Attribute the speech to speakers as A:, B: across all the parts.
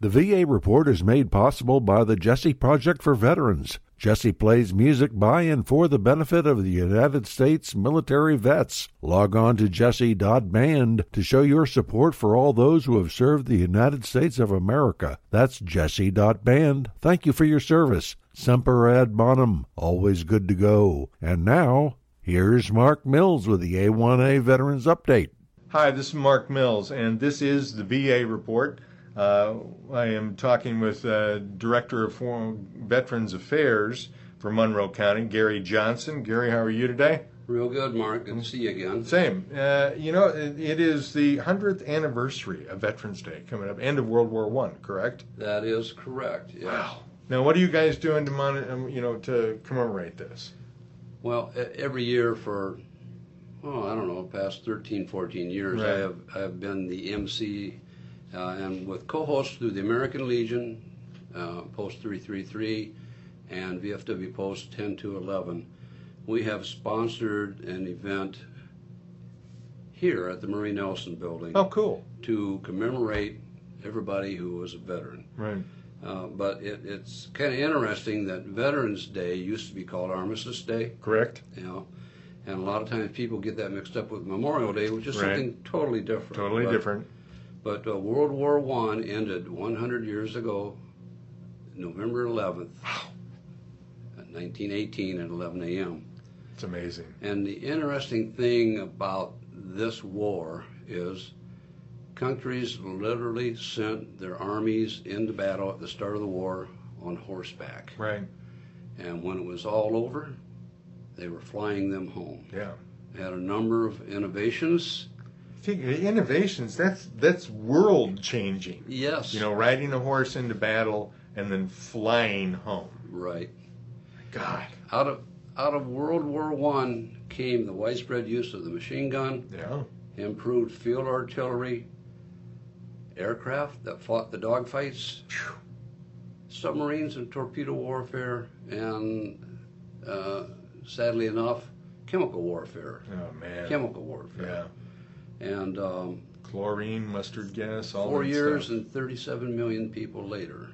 A: The VA report is made possible by the Jesse Project for Veterans. Jesse plays music by and for the benefit of the United States military vets. Log on to jesse.band to show your support for all those who have served the United States of America. That's jesse.band. Thank you for your service. Semper ad bonum, always good to go. And now, here's Mark Mills with the A1A Veterans Update.
B: Hi, this is Mark Mills, and this is the VA report. Uh, I am talking with uh, Director of Foreign Veterans Affairs for Monroe County, Gary Johnson. Gary, how are you today?
C: Real good, Mark. Good to see you again.
B: Same. Uh, you know, it, it is the 100th anniversary of Veterans Day coming up, end of World War One, correct?
C: That is correct. Yes.
B: Wow. Now, what are you guys doing to mon- um, you know to commemorate this?
C: Well, e- every year for oh, I don't know, past 13, 14 years,
B: Right.
C: I have I have been the MC uh, and with co-hosts through the American Legion, uh, Post 333, and VFW Post 10 to 11. We have sponsored an event here at the Murray Nelson Building
B: Oh, cool.
C: to commemorate everybody who was a veteran.
B: Right.
C: Uh, but it, it's kind of interesting that Veterans Day used to be called Armistice Day,
B: Correct.
C: you know, and a lot of times people get that mixed up with Memorial Day, which is
B: Right.
C: something totally different.
B: Totally
C: But-
B: different.
C: But uh, World War One ended 100 years ago, November 11th, at 1918 at 11 a.m.
B: It's amazing.
C: And the interesting thing about this war is countries literally sent their armies into battle at the start of the war on horseback.
B: Right.
C: And when it was all over, they were flying them home.
B: Yeah.
C: They had a number of innovations.
B: Think the innovations. That's that's world changing.
C: Yes.
B: You know, riding a horse into battle and then flying home.
C: right.
B: God.
C: Out of out of World War One came the widespread use of the machine gun,
B: Yeah.
C: improved field artillery, aircraft that fought the dogfights,
B: Phew.
C: submarines and torpedo warfare, and uh, sadly enough, chemical warfare.
B: Oh man.
C: Chemical warfare.
B: Yeah.
C: And um,
B: Chlorine, mustard gas, all
C: four
B: that
C: years
B: stuff.
C: and 37 million people later.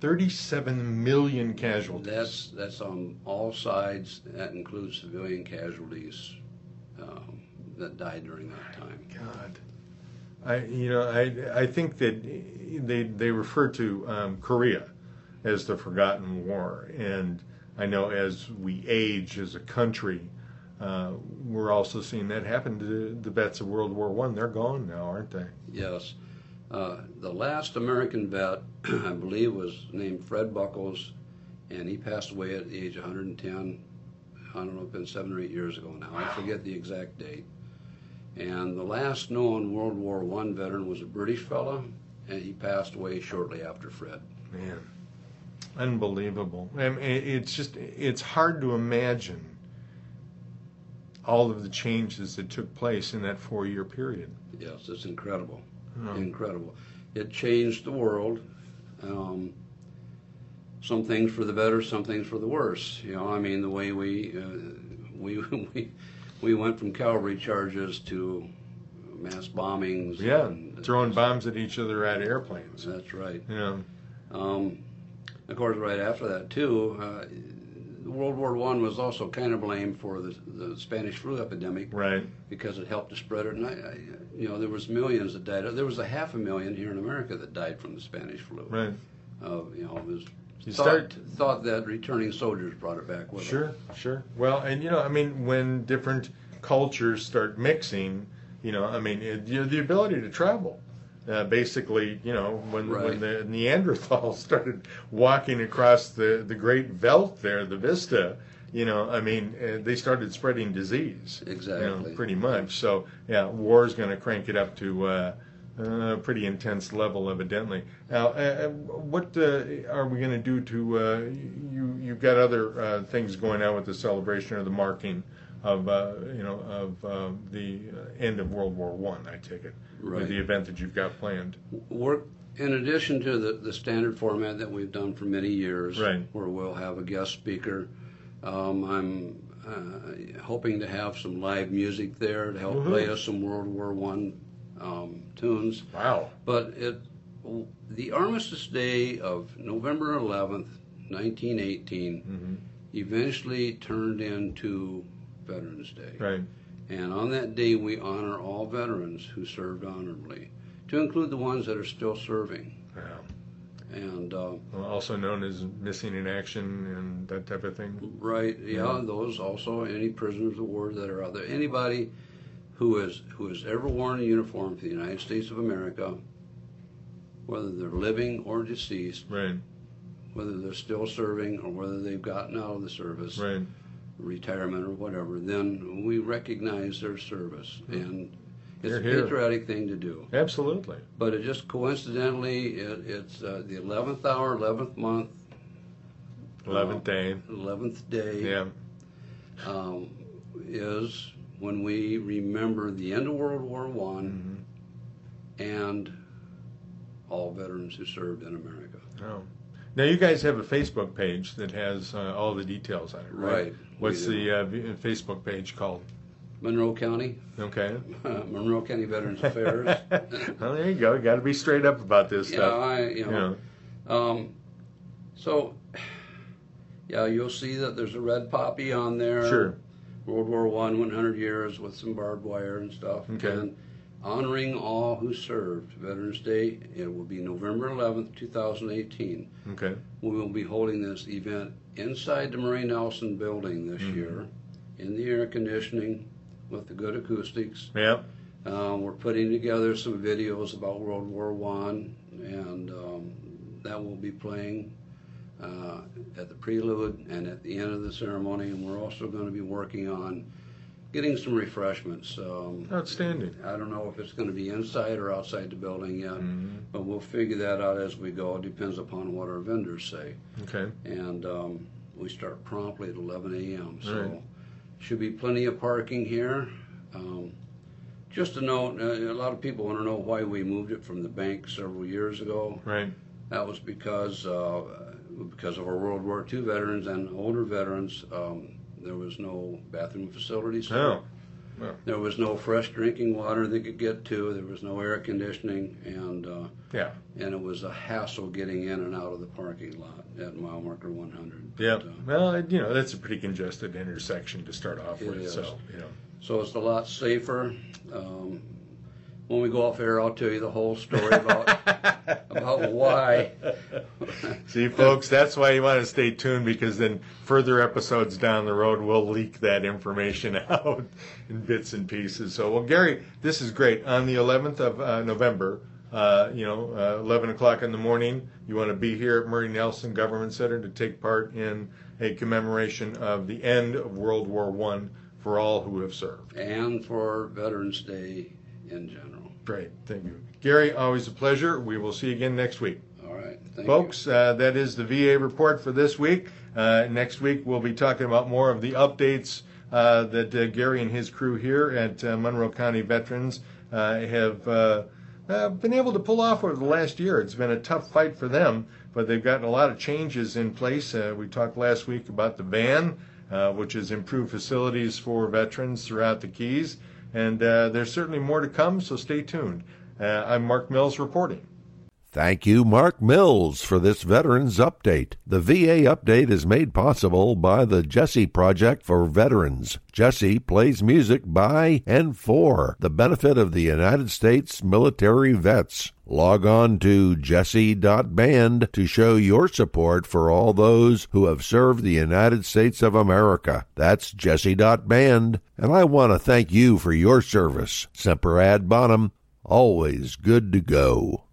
B: Thirty-seven million casualties.
C: That's that's on all sides. That includes civilian casualties um, that died during that time.
B: God. I you know I I think that they they refer to um, Korea as the forgotten war, and I know as we age as a country, uh, we're also seeing that happen to the vets of World War One. They're gone now, aren't they?
C: Yes, uh, the last American vet, I believe, was named Fred Buckles, and he passed away at the age of 110. I don't know, it's been seven or eight years ago now. I forget the exact date. And the last known World War One veteran was a British fella, and he passed away shortly after Fred.
B: Man, unbelievable. I mean, it- it's just it's hard to imagine all of the changes that took place in that four-year period. Um,
C: Yes, it's incredible.
B: Yeah.
C: Incredible. It changed the world. Um, some things for the better, some things for the worse. You know, I mean, the way we uh, we we we went from cavalry charges to mass bombings.
B: Yeah,
C: and-
B: throwing bombs at each other at airplanes.
C: That's right.
B: You know.
C: Um, of course, right after that too, uh, World War One was also kind of blamed for the, the Spanish flu epidemic.
B: Right.
C: because it helped to spread it. And I, I, you know, there was millions that died. There was a half a million here in America that died from the Spanish flu.
B: Right.
C: Uh, you know, it was
B: You
C: thought,
B: start-
C: thought that returning soldiers brought it back with them.
B: Sure. Sure. Well, and you know, I mean, when different cultures start mixing, you know, I mean, it, you know, the ability to travel. Uh, basically, you know, when when
C: Right.
B: the Neanderthals started walking across the the great veldt there, the vista, you know, I mean, uh, they started spreading disease. You
C: Exactly.
B: know, pretty much. So yeah, war is going to crank it up to. Uh, uh, pretty intense level, evidently. Now, uh, uh, what uh, are we going to do to uh, you? You've got other uh, things going on with the celebration or the marking of uh, you know of uh, the uh, end of World War One. I, take it with
C: Right.
B: the event that you've got planned.
C: We're, in addition to the, the standard format that we've done for many years,
B: Right.
C: where we'll have a guest speaker, um, I'm uh, hoping to have some live music
B: Mm-hmm.
C: there to help
B: Woohoo.
C: play us some World War One um, tunes.
B: Wow.
C: But it the Armistice Day of November 11th, 1918,
B: hmm
C: eventually turned into Veterans Day.
B: Right.
C: And on that day, we honor all veterans who served honorably, to include the ones that are still serving.
B: Yeah.
C: And uh,
B: Also known as missing in action and that type of thing.
C: right, yeah, those also any prisoners of war that are out there, anybody who is who has ever worn a uniform for the United States of America, whether they're living or deceased,
B: Right.
C: whether they're still serving or whether they've gotten out of the service,
B: Right.
C: retirement or whatever, then we recognize their service, and it's
B: You're
C: a
B: here.
C: patriotic thing to do.
B: Absolutely.
C: But it just coincidentally, it, it's uh, the eleventh hour, eleventh month,
B: Eleventh day.
C: eleventh day
B: Yeah.
C: um, is when we remember the end of World War One
B: hmm Mm-hmm.
C: and all veterans who served in America.
B: Oh. Now you guys have a Facebook page that has uh, all the details on it, right? What's
C: We-
B: the uh, v- Facebook page called?
C: Monroe County,
B: Okay.
C: Monroe County Veterans Affairs?
B: well, there you go. Got to be straight up about this
C: yeah,
B: stuff.
C: I, you
B: You
C: know,
B: know.
C: Um, so, yeah, you'll see that there's a red poppy on there.
B: Sure.
C: World War One, 100 years with some barbed wire and stuff.
B: Okay.
C: And honoring all who served. Veterans Day, it will be November 11th, 2018.
B: Okay.
C: We will be holding this event inside the Murray Nelson building this
B: Mhm.
C: year in the air conditioning with the good acoustics.
B: Yep.
C: Uh, we're putting together some videos about World War One, and um, that will be playing uh, at the prelude and at the end of the ceremony. And we're also going to be working on getting some refreshments. Um,
B: Outstanding.
C: I don't know if it's going to be inside or outside the building yet,
B: Mhm.
C: but we'll figure that out as we go. It depends upon what our vendors say.
B: Okay.
C: And um, we start promptly at 11 a.m. So
B: Right.
C: should be plenty of parking here. Um, just a note: uh, a lot of people want to know why we moved it from the bank several years ago.
B: Right.
C: That was because uh, because of our World War II veterans and older veterans. Um, there was no bathroom facilities.
B: Oh.
C: There was no fresh drinking water they could get to. There was no air conditioning, and uh,
B: Yeah.
C: and it was a hassle getting in and out of the parking lot at mile marker 100.
B: Yeah.
C: But, uh,
B: Well, it- you know that's a pretty congested intersection to start off
C: It
B: with.
C: is.
B: So you know.
C: So it's a lot safer. Um, when we go off air, I'll tell you the whole story about about why.
B: See, folks, that's why you want to stay tuned because then further episodes down the road will leak that information out in bits and pieces. So, well, Gary, this is great. On the 11th of uh, November, uh, you know, uh, 11 o'clock in the morning, you want to be here at Murray Nelson Government Center to take part in a commemoration of the end of World War One for all who have served.
C: and for Veterans Day in general.
B: Great, thank you, Gary. Always a pleasure. We will see you again next week.
C: All right, thank
B: Folks, uh, that is the VA report for this week. Uh, next week, we'll be talking about more of the updates uh, that uh, Gary and his crew here at uh, Monroe County Veterans uh, have uh, uh, been able to pull off over the last year. It's been a tough fight for them, but they've gotten a lot of changes in place. Uh, we talked last week about the van, uh, which has improved facilities for veterans throughout the Keys, and uh, there's certainly more to come. So stay tuned. Uh, I'm Mark Mills reporting.
A: Thank you, Mark Mills, for this Veterans Update. The VA update is made possible by the Jesse Project for Veterans. Jesse plays music by and for the benefit of the United States military vets. Log on to jesse.band to show your support for all those who have served the United States of America. That's jesse.band. And I want to thank you for your service. Semper Ad Bonum, always good to go.